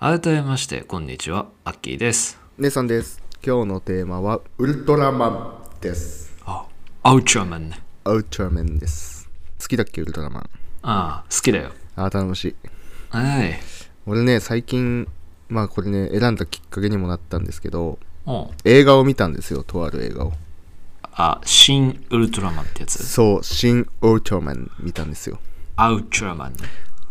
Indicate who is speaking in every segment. Speaker 1: 改めましてこんにちはアッキーです
Speaker 2: 姉さんです。今日のテーマはウルトラマンです。
Speaker 1: あアウチャーマンね
Speaker 2: ウルトラマンです。好きだっけウルトラマン。
Speaker 1: ああ好きだよ
Speaker 2: あー楽しい。
Speaker 1: はい
Speaker 2: 俺ね、最近、まあこれね、選んだきっかけにもなったんですけど、
Speaker 1: おう
Speaker 2: 映画を見たんですよ、とある映画を。
Speaker 1: あ新ウルトラマンってやつ
Speaker 2: そう、新ウルトラマン見たんですよ。
Speaker 1: アウチャーマンね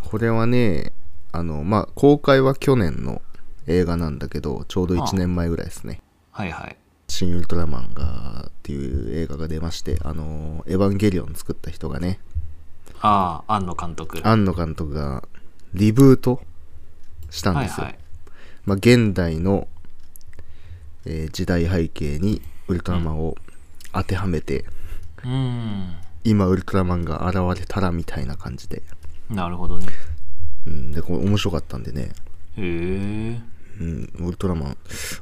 Speaker 2: これはねあのまあ公開は去年の映画なんだけどちょうど1年前ぐらいですね
Speaker 1: はいはい
Speaker 2: 「新ウルトラマンが」っていう映画が出ましてあの「エヴァンゲリオン」作った人がね
Speaker 1: ああ庵野監督
Speaker 2: 庵野監督がリブートしたん
Speaker 1: は
Speaker 2: で
Speaker 1: い
Speaker 2: すよ、
Speaker 1: はい
Speaker 2: まあ、現代の、えー時代背景にウルトラマンを当てはめて、
Speaker 1: うーん
Speaker 2: 今ウルトラマンが現れたらみたいな感じで、
Speaker 1: なるほどね
Speaker 2: うん、でこれ面白かったんでね
Speaker 1: へえ
Speaker 2: うん、ウルトラマン。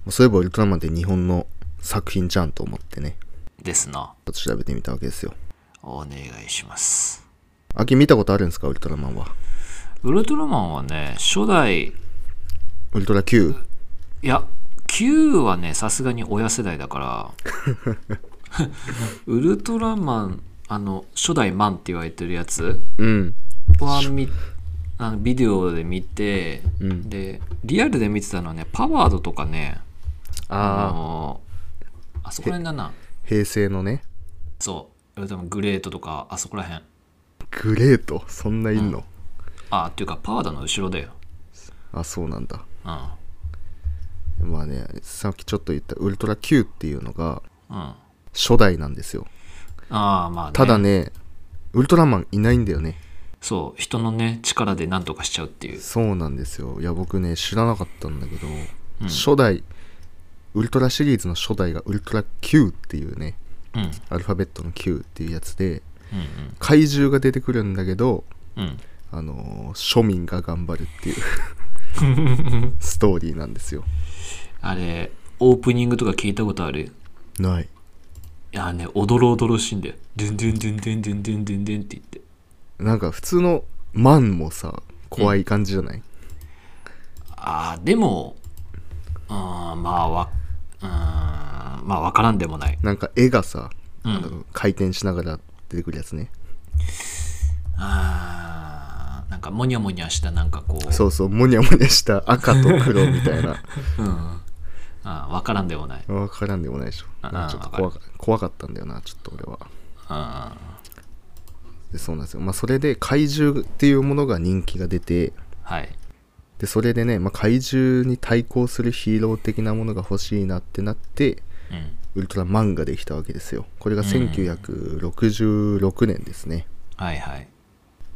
Speaker 2: そういえばウルトラマンって日本の作品じゃんと思ってね、
Speaker 1: ですな
Speaker 2: ちょっと調べてみたわけですよ。
Speaker 1: お願いします
Speaker 2: 秋見たことあるんですか、ウルトラマンは。
Speaker 1: ウルトラマンはね初代い
Speaker 2: ウルトラ Q?
Speaker 1: や Q はねさすがに親世代だから ウルトラマンあの初代マンって言われてるやつ
Speaker 2: うん。
Speaker 1: はみあのビデオで見て、
Speaker 2: うん
Speaker 1: でリアルで見てたのはねパワードとかねあ
Speaker 2: ああ、
Speaker 1: のあそこら辺だな
Speaker 2: 平成のね、
Speaker 1: そうウルトラマングレートとかあそこら辺
Speaker 2: グレート。そんないんの、
Speaker 1: あっていうかパワードの後ろだよ
Speaker 2: あ、そうなんだ。
Speaker 1: うん
Speaker 2: まあね、さっきちょっと言ったウルトラ Q っていうのが
Speaker 1: うんあ
Speaker 2: 初代なんですよ。
Speaker 1: あまあ、ね、
Speaker 2: ただね、ウルトラマンいないんだよね。
Speaker 1: そう人のね力で何とかしちゃうっていう
Speaker 2: そうなんですよ。いや、僕ね、知らなかったんだけど、
Speaker 1: うん
Speaker 2: 初代、ウルトラシリーズの初代がウルトラ Q っていうね、
Speaker 1: うんうん
Speaker 2: アルファベットの Q っていうやつで
Speaker 1: うん
Speaker 2: 怪獣が出てくるんだけど、
Speaker 1: うん
Speaker 2: あのー庶民が頑張るっていう ストーリーなんですよ
Speaker 1: あれオープニングとか聞いたことあるい
Speaker 2: ない
Speaker 1: やねおどろおどろしいんだよドゥンドゥンドゥンドゥンドゥンドゥンドゥンドゥンって言って
Speaker 2: なんか普通のマンもさ怖い感じじゃない、
Speaker 1: ああでもうーんまあわうーんまあわからんでもない
Speaker 2: なんか絵がさ、
Speaker 1: うん
Speaker 2: あの回転しながら出てくるやつね
Speaker 1: あーなんかモニャモニャしたなんかこう
Speaker 2: そうそうモニャモニャした赤と黒みた いな
Speaker 1: うんあーわからんでもない
Speaker 2: 分からんでもないでしょ
Speaker 1: あ
Speaker 2: なんかちょっと怖か怖かったんだよなちょっと俺は
Speaker 1: あ
Speaker 2: でそうなんですよまあそれで怪獣っていうものが人気が出て
Speaker 1: ーはい
Speaker 2: でそれでね、まあ、怪獣に対抗するヒーロー的なものが欲しいなってなって
Speaker 1: うん
Speaker 2: ウルトラマンができたわけですよこれが1966年ですね、
Speaker 1: はいはい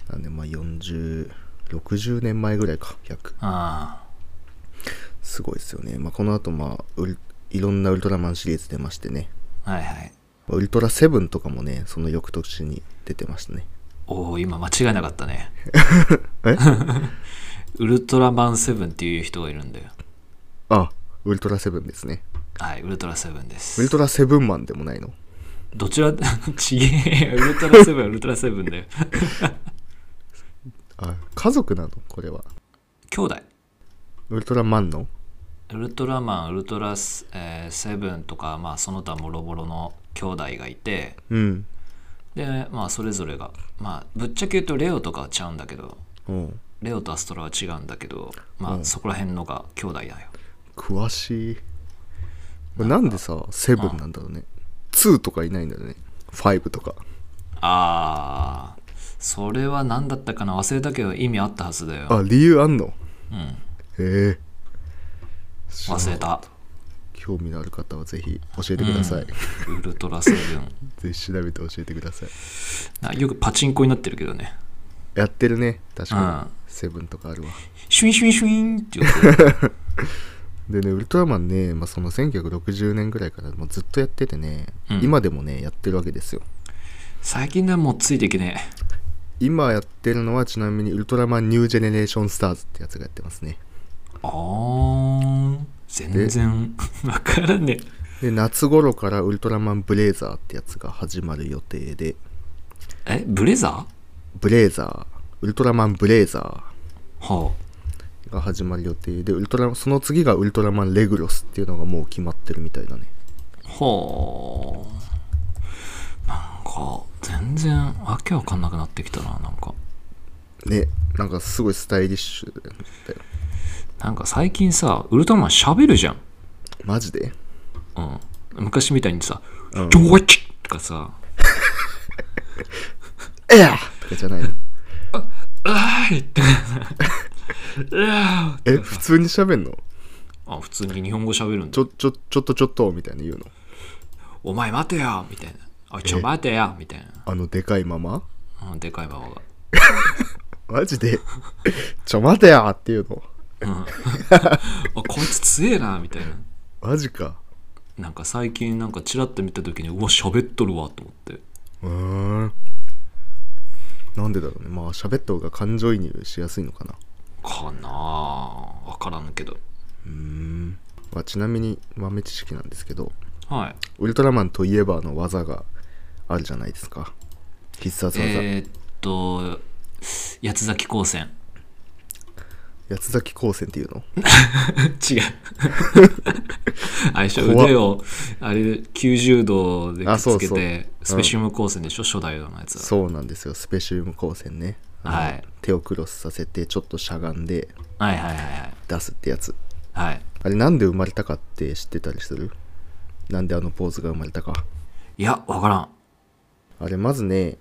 Speaker 2: なんでまあ4060年前ぐらいか約
Speaker 1: あ
Speaker 2: すごいですよね、まあ、この後まあウルいろんなウルトラマンシリーズ出ましてね
Speaker 1: あはいはい
Speaker 2: まあウルトラセブンとかもねその翌年に出てましたね
Speaker 1: おお今間違えなかったね
Speaker 2: え
Speaker 1: ウルトラマンセブンっていう人がいるんだよ
Speaker 2: あウルトラセブンですね
Speaker 1: はいウルトラセブンで
Speaker 2: ウル
Speaker 1: す
Speaker 2: トラセブンマンでもないの
Speaker 1: どちら ちげえウルトラセブンはウルトラセブンだよ
Speaker 2: あ家族なのこれは
Speaker 1: 兄弟
Speaker 2: ウルトラマンの
Speaker 1: ウルトラマンウルトラス、えーセブンとかまあその他もろもろの兄弟がいて
Speaker 2: うん
Speaker 1: でまあそれぞれがまあぶっちゃけ言うとレオとかはちゃうんだけど
Speaker 2: おう
Speaker 1: レオとアストラは違うんだけどまあ、
Speaker 2: うん
Speaker 1: そこら辺のが兄弟だよ
Speaker 2: 詳しいこれなんでさセブンなんだろうね2とかいないんだよね5とか
Speaker 1: あーそれは何だったかな忘れたけど意味あったはずだよ
Speaker 2: あ理由あんの
Speaker 1: うん
Speaker 2: へえ
Speaker 1: 忘れた
Speaker 2: 興興味のある方はぜひ教えてください、
Speaker 1: ウルトラセブン
Speaker 2: ぜひ調べて教えてください
Speaker 1: なよくパチンコになってるけどね
Speaker 2: やってるね確
Speaker 1: うん
Speaker 2: かにセブンとかあるわ
Speaker 1: シュインシュインシュインって言って
Speaker 2: でねウルトラマンね、まあ、その1960年ぐらいからもうずっとやっててね、
Speaker 1: うん
Speaker 2: 今でもねやってるわけですよ
Speaker 1: 最近のはもうついていけねえ
Speaker 2: 今やってるのはちなみにウルトラマンニュージェネレーションスターズってやつがやってますね
Speaker 1: あー全然わからねえ
Speaker 2: で夏頃からウルトラマンブレイザーってやつが始まる予定で
Speaker 1: えブレザ
Speaker 2: ブレイザーウルトラマンブレイザ
Speaker 1: ーは
Speaker 2: ーが始まる予定でウルトラその次がウルトラマンレグロスっていうのがもう決まってるみたいだね
Speaker 1: あはあなんか全然わけわかんなくなってきたななんか
Speaker 2: ねなんかすごいスタイリッシュだよ
Speaker 1: なんか最近さウルトラマン喋るじゃん、
Speaker 2: マジで
Speaker 1: うん、昔みたいにさ「
Speaker 2: うん
Speaker 1: ドワッチ!」とかさ
Speaker 2: えやとかじゃないの
Speaker 1: 「あーい!」って「うわー
Speaker 2: え普通に喋んの
Speaker 1: あ普通に日本語喋るん
Speaker 2: ち
Speaker 1: だ
Speaker 2: ょちょちょっとちょっとみたいな言うの
Speaker 1: 「お前待てよ!」みたいな「おいちょ
Speaker 2: え
Speaker 1: 待てよ!」みたいな
Speaker 2: あのでかいまま
Speaker 1: うんでかい馬場が
Speaker 2: マジでちょ待てやっていうの
Speaker 1: 「あこいつ強えな」みたいな
Speaker 2: マジか
Speaker 1: なんか最近なんかチラッと見た時にうわ喋っとるわと思って
Speaker 2: うーんなんでだろうねまあ喋った方が感情移入しやすいのかな
Speaker 1: かなあわからんけど
Speaker 2: うーん、まあ、ちなみに豆知識なんですけど
Speaker 1: はい
Speaker 2: ウルトラマンといえばの技があるじゃないですか必殺技、
Speaker 1: えーっと八つ咲き高専
Speaker 2: 八つ咲き光線っていうの
Speaker 1: 違うあれでしょ
Speaker 2: 怖っ
Speaker 1: 腕をあれ90度でくっつけ
Speaker 2: あそうそうう
Speaker 1: て
Speaker 2: ん
Speaker 1: スペシウム光線でしょ、初代のやつは
Speaker 2: そうなんですよスペシウム光線ねあの
Speaker 1: はい
Speaker 2: 手をクロスさせてちょっとしゃがんで
Speaker 1: はいはいはいはい
Speaker 2: 出すってやつ
Speaker 1: はい
Speaker 2: あれなんで生まれたかって知ってたりするなんであのポーズが生まれたか
Speaker 1: いやわからん
Speaker 2: あれまずね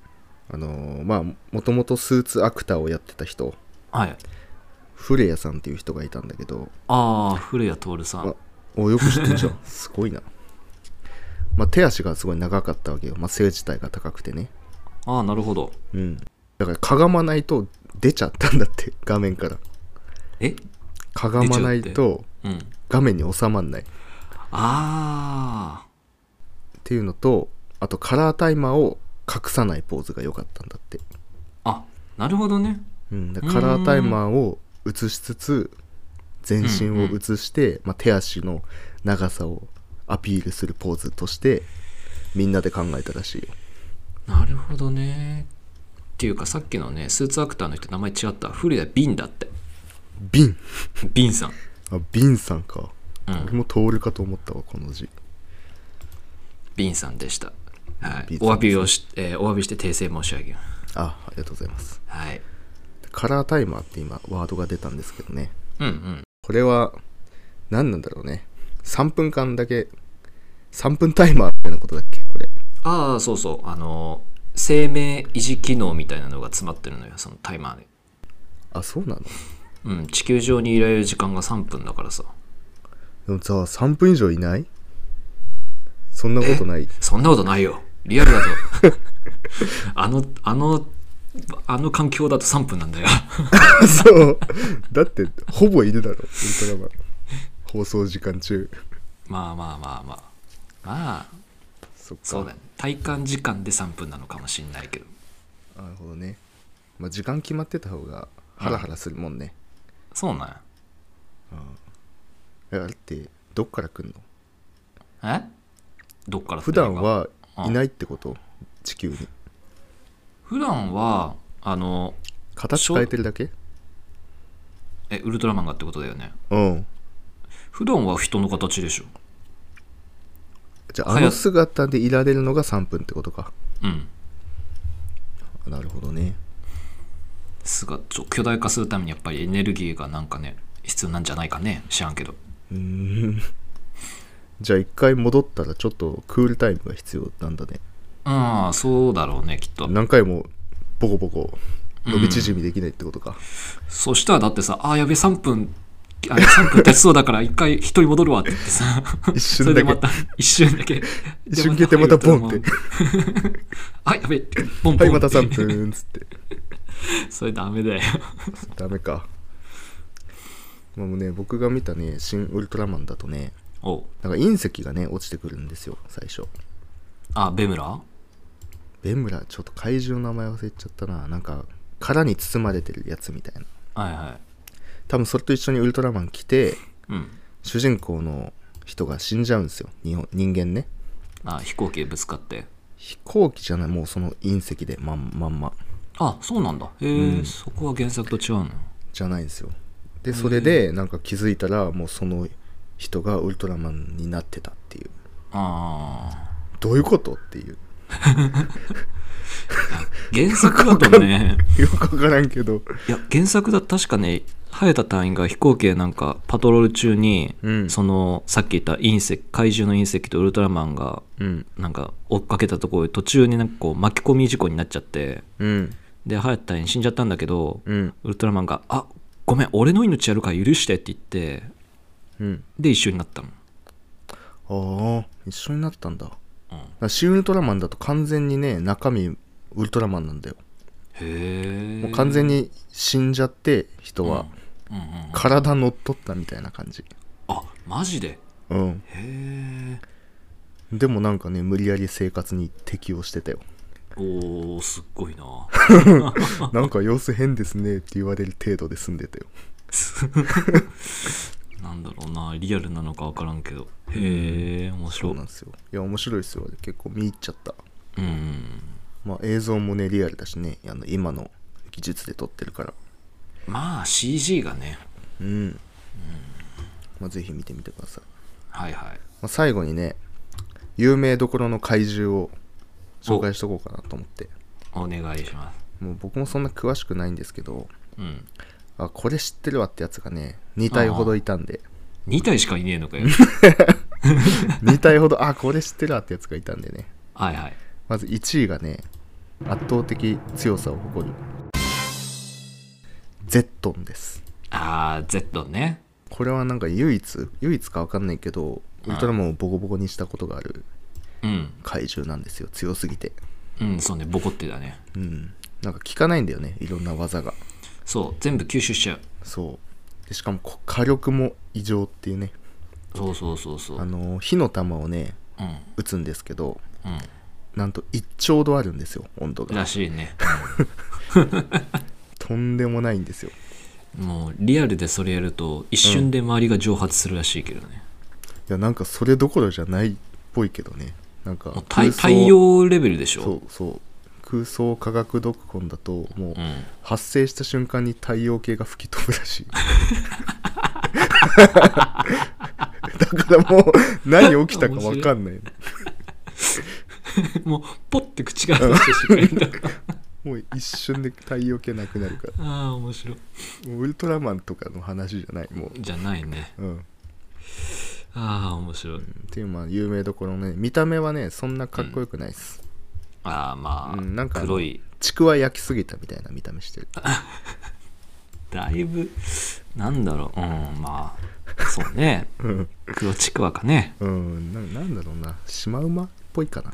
Speaker 2: あのーまあもともとスーツアクターをやってた人
Speaker 1: はい
Speaker 2: フレアさんっていう人がいたんだけど
Speaker 1: ああ古谷徹さん
Speaker 2: あおよく知ってんじゃんすごいな、まあ、手足がすごい長かったわけよ、まあ、背自体が高くてね
Speaker 1: ああなるほど
Speaker 2: うんだからかがまないと出ちゃったんだって 画面から
Speaker 1: え
Speaker 2: かがまない
Speaker 1: 出ちゃ
Speaker 2: と
Speaker 1: うん
Speaker 2: 画面に収まんないっ
Speaker 1: あ
Speaker 2: ていうのとあとカラータイマーを隠さないポーズが良かったんだって
Speaker 1: ああなるほどね
Speaker 2: うん、だからカラータイマーを映しつつ全身を映して、まあ、手足の長さをアピールするポーズとしてみんなで考えたらしいよ
Speaker 1: なるほどねっていうかさっきのねスーツアクターの人名前違った古谷ビンだって
Speaker 2: ビン
Speaker 1: ビンさん
Speaker 2: あビンさんか、
Speaker 1: うん
Speaker 2: 俺も通るかと思ったわこの字
Speaker 1: ビンさんでした、は
Speaker 2: ビ
Speaker 1: い
Speaker 2: ン、さん
Speaker 1: お詫びをし、えーお詫びして訂正申し上げます
Speaker 2: あありがとうございます
Speaker 1: はい
Speaker 2: カラータイマーって今ワードが出たんですけどね
Speaker 1: うんうん
Speaker 2: これは何なんだろうね3分間だけ3分タイマーみたいなことだっけこれ
Speaker 1: ああそうそうあのー生命維持機能みたいなのが詰まってるのよそのタイマーで
Speaker 2: あそうなの
Speaker 1: うん地球上にいられる時間が3分だからさ
Speaker 2: でもさ3分以上いないそんなことない
Speaker 1: そんなことないよリア ルだとあのあのあの環境だと3分なんだよ
Speaker 2: そう。だって、ほぼいるだろ、ウルトラマン。放送時間中。
Speaker 1: まあまあまあまあまあ
Speaker 2: そっか。
Speaker 1: そうだね体感時間で3分なのかもしれないけど
Speaker 2: なるほどね。まあ、時間決まってた方がハラハラするもんね。
Speaker 1: そうなんや
Speaker 2: えあれって、どっから来んの
Speaker 1: えどっから
Speaker 2: 普
Speaker 1: 来てるのか
Speaker 2: 段はいないってこと地球に。
Speaker 1: 普段はあの
Speaker 2: 形変えてるだけ
Speaker 1: えウルトラマンがってことだよね
Speaker 2: うん。
Speaker 1: 普段は人の形でしょ
Speaker 2: じゃあ、
Speaker 1: は
Speaker 2: あ
Speaker 1: や
Speaker 2: の姿でいられるのが3分ってことか。
Speaker 1: うん
Speaker 2: あなるほどね。
Speaker 1: すがちょ巨大化するためにやっぱりエネルギーがなんかね必要なんじゃないかね知らんけど
Speaker 2: うーん。 じゃあ、一回戻ったら、ちょっとクールタイムが必要なんだね。
Speaker 1: ああそうだろうねきっと
Speaker 2: 何回も、ボコボコ、伸び縮みできないってことか。
Speaker 1: そしたらだってさあーやべえ3分あの3分経ちそうだから一回一人戻るわって言ってさ
Speaker 2: 一
Speaker 1: そ
Speaker 2: 瞬
Speaker 1: れで
Speaker 2: だ
Speaker 1: ま
Speaker 2: け
Speaker 1: た一瞬だけ
Speaker 2: 一瞬消えてまたボンって
Speaker 1: あやべえボン
Speaker 2: は
Speaker 1: ボン
Speaker 2: いまた
Speaker 1: って
Speaker 2: 3分っつって
Speaker 1: それダメだよ
Speaker 2: ダメかまあもうね僕が見たね「新ウルトラマン」だとね
Speaker 1: おう
Speaker 2: なんか隕石がね落ちてくるんですよ最初
Speaker 1: あベムラ
Speaker 2: ベムラちょっと怪獣の名前忘れちゃったななんか殻に包まれてるやつみたいな
Speaker 1: はいはい
Speaker 2: 多分それと一緒にウルトラマン来て
Speaker 1: うん
Speaker 2: 主人公の人が死んじゃうんですよ日本人間ね
Speaker 1: あ飛行機ぶつかって
Speaker 2: 飛行機じゃないもうその隕石でまんまんま
Speaker 1: あそうなんだへえ、
Speaker 2: うん
Speaker 1: そこは原作と違うの
Speaker 2: じゃないんですよでそれでなんか気づいたらもうその人がウルトラマンになってたっていう
Speaker 1: ああ
Speaker 2: どういうことっていう
Speaker 1: 原作だとね
Speaker 2: よく わからんけど
Speaker 1: いや原作だと確かね早田隊員が飛行機でなんかパトロール中に、
Speaker 2: うん
Speaker 1: そのさっき言った隕石怪獣の隕石とウルトラマンが
Speaker 2: うん
Speaker 1: なんか追っかけたところで途中になんかこう巻き込み事故になっちゃって
Speaker 2: うん
Speaker 1: で早田隊員死んじゃったんだけど、
Speaker 2: うん
Speaker 1: ウルトラマンが「あごめん俺の命やるから許して」って言って
Speaker 2: うん
Speaker 1: で一緒になったの、
Speaker 2: ああ一緒になったんだだか
Speaker 1: うん、へ
Speaker 2: らシン・ウルトラマンだと完全にね中身ウルトラマンなんだよ
Speaker 1: え
Speaker 2: もう完全に死んじゃって人は
Speaker 1: うんうんうん
Speaker 2: 体乗っ取ったみたいな感じ
Speaker 1: あマジで
Speaker 2: うん
Speaker 1: へえ
Speaker 2: でもなんかね無理やり生活に適応してたよ
Speaker 1: おーすっごいな
Speaker 2: なんか様子変ですねって言われる程度で済んでたよ
Speaker 1: なんだろうなリアルなのか分からんけどへえ面
Speaker 2: そ
Speaker 1: 白
Speaker 2: う
Speaker 1: い
Speaker 2: なんですよいや面白いですよ結構見入っちゃった
Speaker 1: うん
Speaker 2: まあ映像もねリアルだしねあの今の技術で撮ってるから
Speaker 1: まあ CG がね
Speaker 2: うん、まあ、ぜひ見てみてください、
Speaker 1: はいはい
Speaker 2: まあ、最後にね有名どころの怪獣を紹介しとこうかなと思って
Speaker 1: お願いします
Speaker 2: もう僕もそんな詳しくないんですけど
Speaker 1: うん
Speaker 2: あこれ知ってるわってやつがね2体ほどいたんで
Speaker 1: 2体しかいねえのかよ
Speaker 2: 2体ほどあこれ知ってるわってやつがいたんでね
Speaker 1: はいはい
Speaker 2: まず1位がね圧倒的強さを誇るゼットンです
Speaker 1: あー Z ね
Speaker 2: これはなんか唯一唯一かわかんないけど
Speaker 1: うん
Speaker 2: ウルトラマンをボコボコにしたことがある
Speaker 1: うん
Speaker 2: 怪獣なんですよ強すぎて
Speaker 1: うんそうねボコってだね
Speaker 2: うんなんか効かないんだよねいろんな技が
Speaker 1: そう全部吸収しちゃう
Speaker 2: そうでしかもこ火力も異常っていうね
Speaker 1: そうそうそうそう
Speaker 2: あの火の玉をね
Speaker 1: うん
Speaker 2: 打つんですけど
Speaker 1: う
Speaker 2: なんと1兆度あるんですよ温度
Speaker 1: んら
Speaker 2: が
Speaker 1: しいね
Speaker 2: とんでもないんですよ
Speaker 1: もうリアルでそれやると一瞬で周りが蒸発するらしいけどね、
Speaker 2: いやなんかそれどころじゃないっぽいけどねなんか
Speaker 1: もう太
Speaker 2: 空想
Speaker 1: 太陽レベルでしょ
Speaker 2: そうそう空想科学ドックコンだと
Speaker 1: う
Speaker 2: もう
Speaker 1: ん、
Speaker 2: 発生した瞬間に太陽系が吹き飛ぶらしい だからもう何起きたか分かんない
Speaker 1: もうポッて口が出してしまいた
Speaker 2: もう一瞬で太陽系なくなるか
Speaker 1: ああ面白い
Speaker 2: らもうウルトラマンとかの話じゃないも
Speaker 1: じゃないね
Speaker 2: う、うん、
Speaker 1: ああ面白い
Speaker 2: っていうまあ有名どころのね見た目はねそんなかっこよくないっす、
Speaker 1: ああまあ、
Speaker 2: うんなんか
Speaker 1: 黒い
Speaker 2: ちくわ焼きすぎたみたいな見た目してる
Speaker 1: だいぶなんだろううんまあそうね
Speaker 2: うん、
Speaker 1: 黒ちくわかね
Speaker 2: うん、ななんだろうなシマウマっぽいかな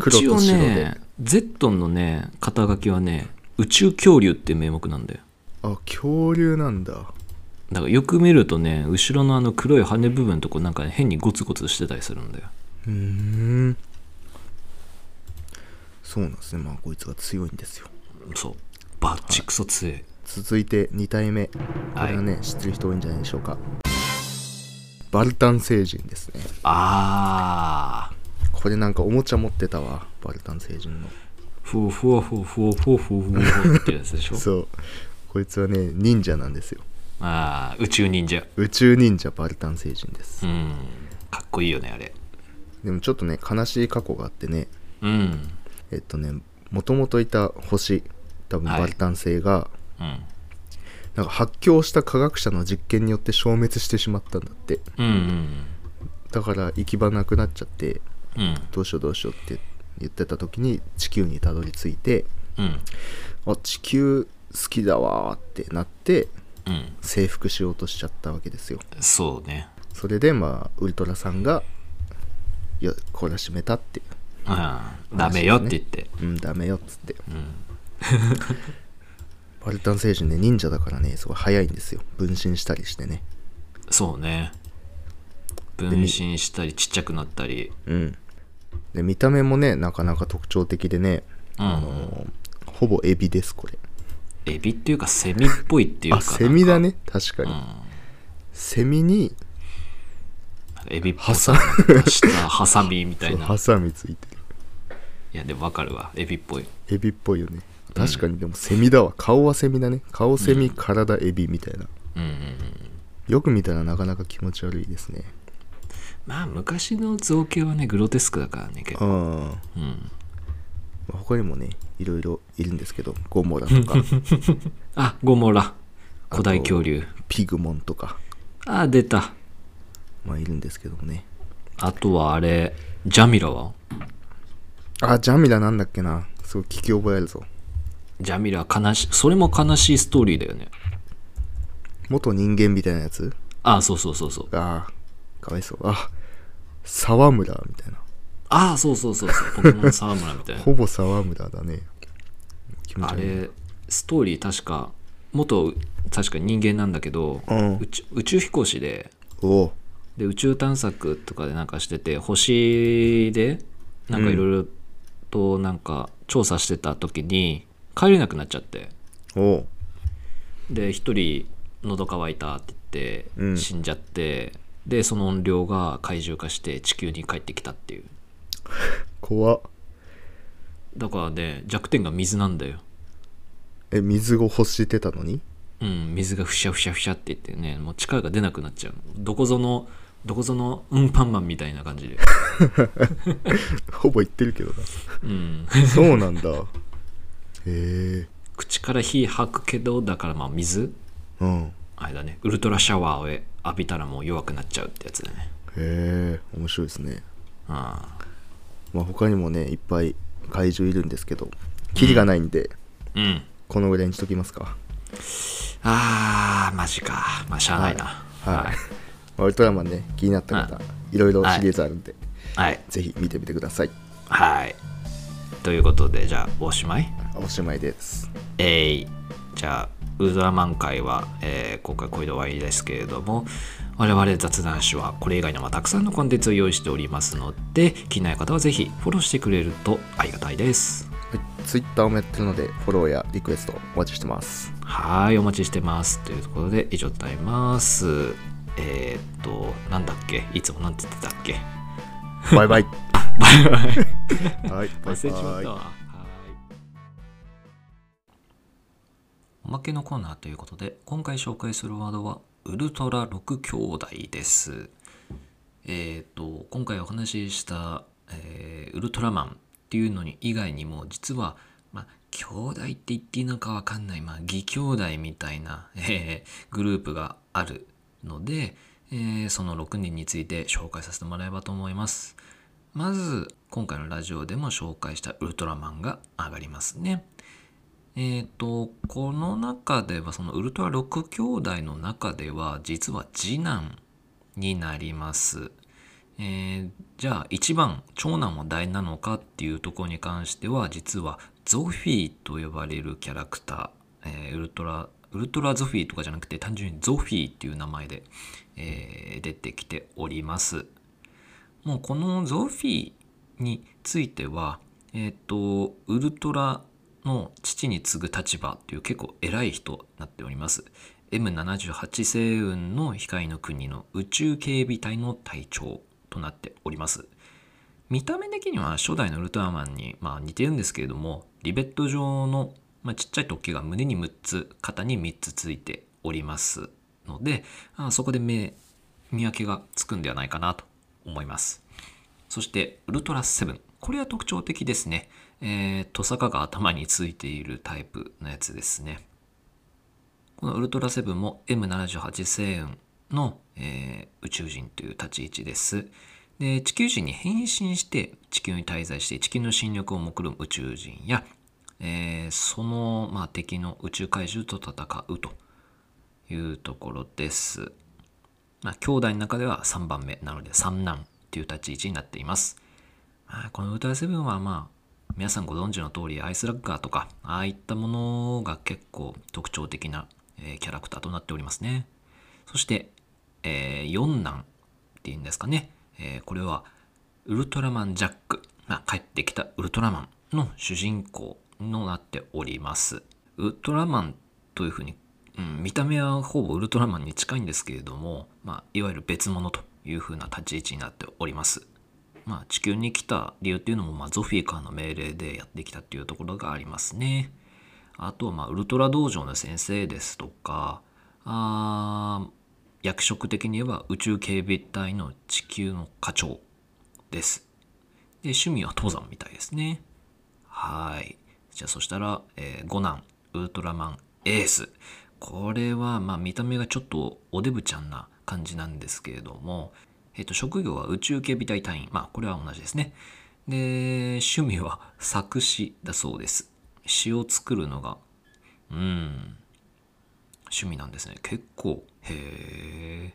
Speaker 2: 黒
Speaker 1: 一
Speaker 2: と
Speaker 1: 応
Speaker 2: 白で
Speaker 1: ねゼットンのね肩書きはね宇宙恐竜っていう名目なんだよ
Speaker 2: あ恐竜なんだ
Speaker 1: だからよく見るとね後ろのあの黒い羽部分のとこなんか、ね、変にゴツゴツしてたりするんだよ
Speaker 2: うーんそうなんですねまあこいつが強いんですよ
Speaker 1: そうバッチクソ強い、
Speaker 2: 続いて2体目これはね、知ってる人多いんじゃないでしょうかバルタン星人ですね
Speaker 1: ああ
Speaker 2: これなんかおもちゃ持ってたわバルタン星人の
Speaker 1: ふわふわふわふわふわふわふわふわってやつでしょ
Speaker 2: そうこいつはね忍者なんですよ
Speaker 1: ああ宇宙忍者
Speaker 2: 宇宙忍者バルタン星人です
Speaker 1: うんかっこいいよねあれ
Speaker 2: でもちょっとね悲しい過去があってね
Speaker 1: うん
Speaker 2: えっとねもともといた星多分
Speaker 1: はい
Speaker 2: バルタン星が、
Speaker 1: うん
Speaker 2: なんか発狂した科学者の実験によって消滅してしまったんだって
Speaker 1: うんうん
Speaker 2: だから行き場なくなっちゃって
Speaker 1: うん
Speaker 2: どうしようどうしようって言ってた時に地球にたどり着いて
Speaker 1: うん
Speaker 2: あ地球好きだわーってなって
Speaker 1: うん
Speaker 2: 征服しようとしちゃったわけですよ
Speaker 1: そうね
Speaker 2: それでまあウルトラさんがよ懲らしめたってい
Speaker 1: うんダメよって言って、
Speaker 2: ううんダメよっつって
Speaker 1: うん
Speaker 2: バルタン星人ね忍者だからねすごい早いんですよ分身したりしてね
Speaker 1: そうね分身したりちっちゃくなったり
Speaker 2: うんで見た目もねなかなか特徴的でね、
Speaker 1: うん
Speaker 2: あのほぼエビですこれ
Speaker 1: エビっていうかセミっぽいっていうか
Speaker 2: あセミだ
Speaker 1: ね
Speaker 2: ね確か
Speaker 1: う
Speaker 2: に、
Speaker 1: ん
Speaker 2: セミに
Speaker 1: エビっぽ
Speaker 2: ハ
Speaker 1: さ
Speaker 2: サ
Speaker 1: したハサミみた
Speaker 2: そ
Speaker 1: いうな
Speaker 2: ハサミついてる
Speaker 1: いやでもわかるわエビっぽい
Speaker 2: エビっぽいよね確かにでもセミだわ顔はセミだね顔セミ、体エビみたいな
Speaker 1: うんうんうん
Speaker 2: よく見たらなかなか気持ち悪いですね
Speaker 1: まあ昔の造形はねグロテスクだからね結
Speaker 2: う
Speaker 1: 構
Speaker 2: ん、
Speaker 1: うん
Speaker 2: まあ他にもねいろいろいるんですけどゴモラと か
Speaker 1: あゴモラ古代恐竜
Speaker 2: ピグモンとか
Speaker 1: あ出た
Speaker 2: まあいるんですけどもね
Speaker 1: あとはあれジャミラは
Speaker 2: あジャミラなんだっけなすごい聞き覚えあるぞ
Speaker 1: ジャミラ悲しそれも悲しいストーリーだよね
Speaker 2: 元人間みたいなやつ
Speaker 1: あそうそうそうそう
Speaker 2: あーかわいそうあ沢村みたいな
Speaker 1: あそうそうそうそうポケモン沢村みたいな
Speaker 2: ほぼ沢村だね気持ち
Speaker 1: あ
Speaker 2: 悪い
Speaker 1: れストーリー確か元確か人間なんだけど、
Speaker 2: うん
Speaker 1: 宇宙宇宙飛行士で
Speaker 2: おう
Speaker 1: で宇宙探索とかでなんかしてて星でなんかいろいろとなんか調査してた時に帰れなくなっちゃって
Speaker 2: おう
Speaker 1: で一人喉乾いたって言って、
Speaker 2: うん
Speaker 1: 死んじゃってでその音量が怪獣化して地球に帰ってきたっていう
Speaker 2: 怖っ
Speaker 1: だからね弱点が水なんだよ
Speaker 2: え水を欲してたのに
Speaker 1: うん、水がふしゃふしゃふしゃって言ってねもう力が出なくなっちゃうどこぞのどこぞの運搬マンみたいな感じで、
Speaker 2: ほぼ言ってるけどな
Speaker 1: うん、
Speaker 2: そうなんだ。へえ。
Speaker 1: 口から火吐くけどだからまあ水
Speaker 2: うん。へ
Speaker 1: あれだねウルトラシャワーを浴びたらもう弱くなっちゃうってやつだね
Speaker 2: え。面白いですね。
Speaker 1: あ
Speaker 2: まあ他にもね、いっぱい怪獣いるんですけど、キリがないんで、
Speaker 1: ーうん
Speaker 2: このぐらいにしときますか。
Speaker 1: あーマジかまあしゃあないな
Speaker 2: はい。まあウルトラマンね、気になった方
Speaker 1: はい、
Speaker 2: いろいろシリーズあるんで、
Speaker 1: はい
Speaker 2: ぜひ見てみてください。
Speaker 1: はい、はいということでじゃあおしまい
Speaker 2: おしまいです。
Speaker 1: えいじゃあウルトラマン会は、えー今回これで終わりですけれども我々雑談師はこれ以外にもたくさんのコンテンツを用意しておりますので気になる方はぜひフォローしてくれるとありがたいです
Speaker 2: はい。Twitter もやってるので、フォローやリクエストお待ちして ます。
Speaker 1: はーいお待ちしてますというところで以上となりますえーっとなんだっけいつもなんて言ってたっけ
Speaker 2: バイバイ。バイ バイ。はい。
Speaker 1: 忘
Speaker 2: バ
Speaker 1: れち
Speaker 2: イ
Speaker 1: ま
Speaker 2: バ
Speaker 1: っ
Speaker 2: イ
Speaker 1: た。わはいおまけのコーナーということで今回紹介するワードはウルトラ6兄弟ですえっ、と今回お話しした、えーウルトラマンっていうのに以外にも実はまあ兄弟って言っていいのかわかんないまあ義兄弟みたいな、えーグループがあるので、えーその6人について紹介させてもらえればと思いますまず今回のラジオでも紹介したウルトラマンが上がりますね。えっ、とこの中ではそのウルトラ6兄弟の中では実は次男になります。えーじゃあ一番長男は誰なのかっていうところに関しては実はゾフィーと呼ばれるキャラクター、えーウルトラウルトラゾフィーとかじゃなくて単純にゾフィーっていう名前で、えー出てきております。もうこのゾフィーについては、えっとウルトラの父に次ぐ立場という結構偉い人になっております M78 星雲の光の国の宇宙警備隊の隊長となっております見た目的には初代のウルトラマンに、まあ、似てるんですけれどもリベット状の、まあ、ちっちゃい突起が胸に6つ肩に3つついておりますのであそこで目見分けがつくんではないかなと思いますそしてウルトラセブンこれは特徴的ですね、えー、トサカが頭についているタイプのやつですねこのウルトラセブンも M78 星雲の、えー宇宙人という立ち位置です。で地球人に変身して地球に滞在して地球の侵略を目論む宇宙人や、えーその、まあ、敵の宇宙怪獣と戦うといいうところです。まあ、兄弟の中では3番目なので三男という立ち位置になっています。まあこのウルトラセブンはまあ皆さんご存知の通りアイスラッガーとかああいったものが結構特徴的な、えーキャラクターとなっておりますね。そして、え4男っていうんですかね、えーこれはウルトラマンジャック、まあ、帰ってきたウルトラマンの主人公のなっております。ウルトラマンというふうに、うん、見た目はほぼウルトラマンに近いんですけれども、まあ、いわゆる別物というふうな立ち位置になっております。まあ、地球に来た理由っていうのも、まあ、ゾフィーからの命令でやってきたっていうところがありますね。あとは、まあ、ウルトラ道場の先生ですとかあー役職的に言えば宇宙警備隊の地球の課長です。で趣味は登山みたいですね。はい。じゃあそしたら、えー五男ウルトラマンエース。これはまあ見た目がちょっとおデブちゃんな感じなんですけれども、えっと職業は宇宙警備隊隊員。まあこれは同じですね。で趣味は作詞だそうです。詩を作るのがうん趣味なんですね。結構へえ。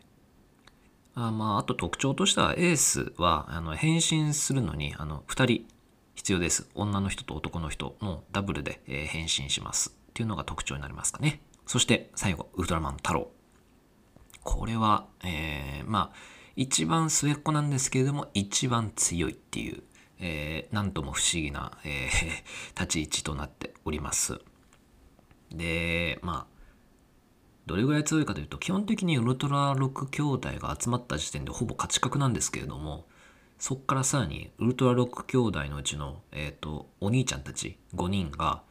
Speaker 1: あまあ、あと特徴としてはエースはあの変身するのにあの2人必要です女の人と男の人のダブルで、えー変身しますっていうのが特徴になりますかねそして最後ウルトラマン太郎これは、えーまあ一番末っ子なんですけれども一番強いっていう、えーなんとも不思議な、えー立ち位置となっておりますでまあどれぐらい強いかというと基本的にウルトラ6兄弟が集まった時点でほぼ勝ち確なんですけれどもそっからさらにウルトラ6兄弟のうちの、えー、とお兄ちゃんたち5人が、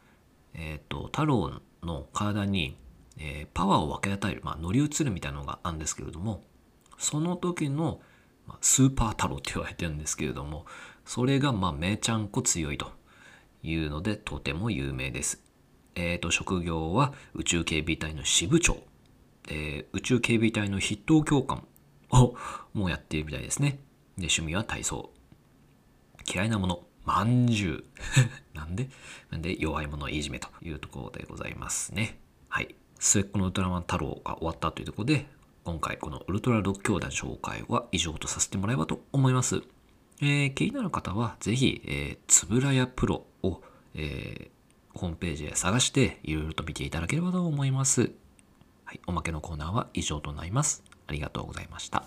Speaker 1: えー、と太郎の体に、えーパワーを分け与える、まあ、乗り移るみたいなのがあるんですけれどもその時の、まあスーパー太郎って言われてるんですけれどもそれがまあめちゃんこ強いというのでとても有名です。えー、と職業は宇宙警備隊の支部長、えー宇宙警備隊の筆頭教官をもうやっているみたいですね。で趣味は体操嫌いなものまんじゅう なんでなんで弱いものいじめというところでございますねはい末っ子のウルトラマン太郎が終わったというところで今回このウルトラ6兄弟の紹介は以上とさせてもらえばと思います、えー気になる方はぜひ、えー、つぶらやプロを、えーホームページで探していろいろと見ていただければと思います、はい、おまけのコーナーは以上となりますありがとうございました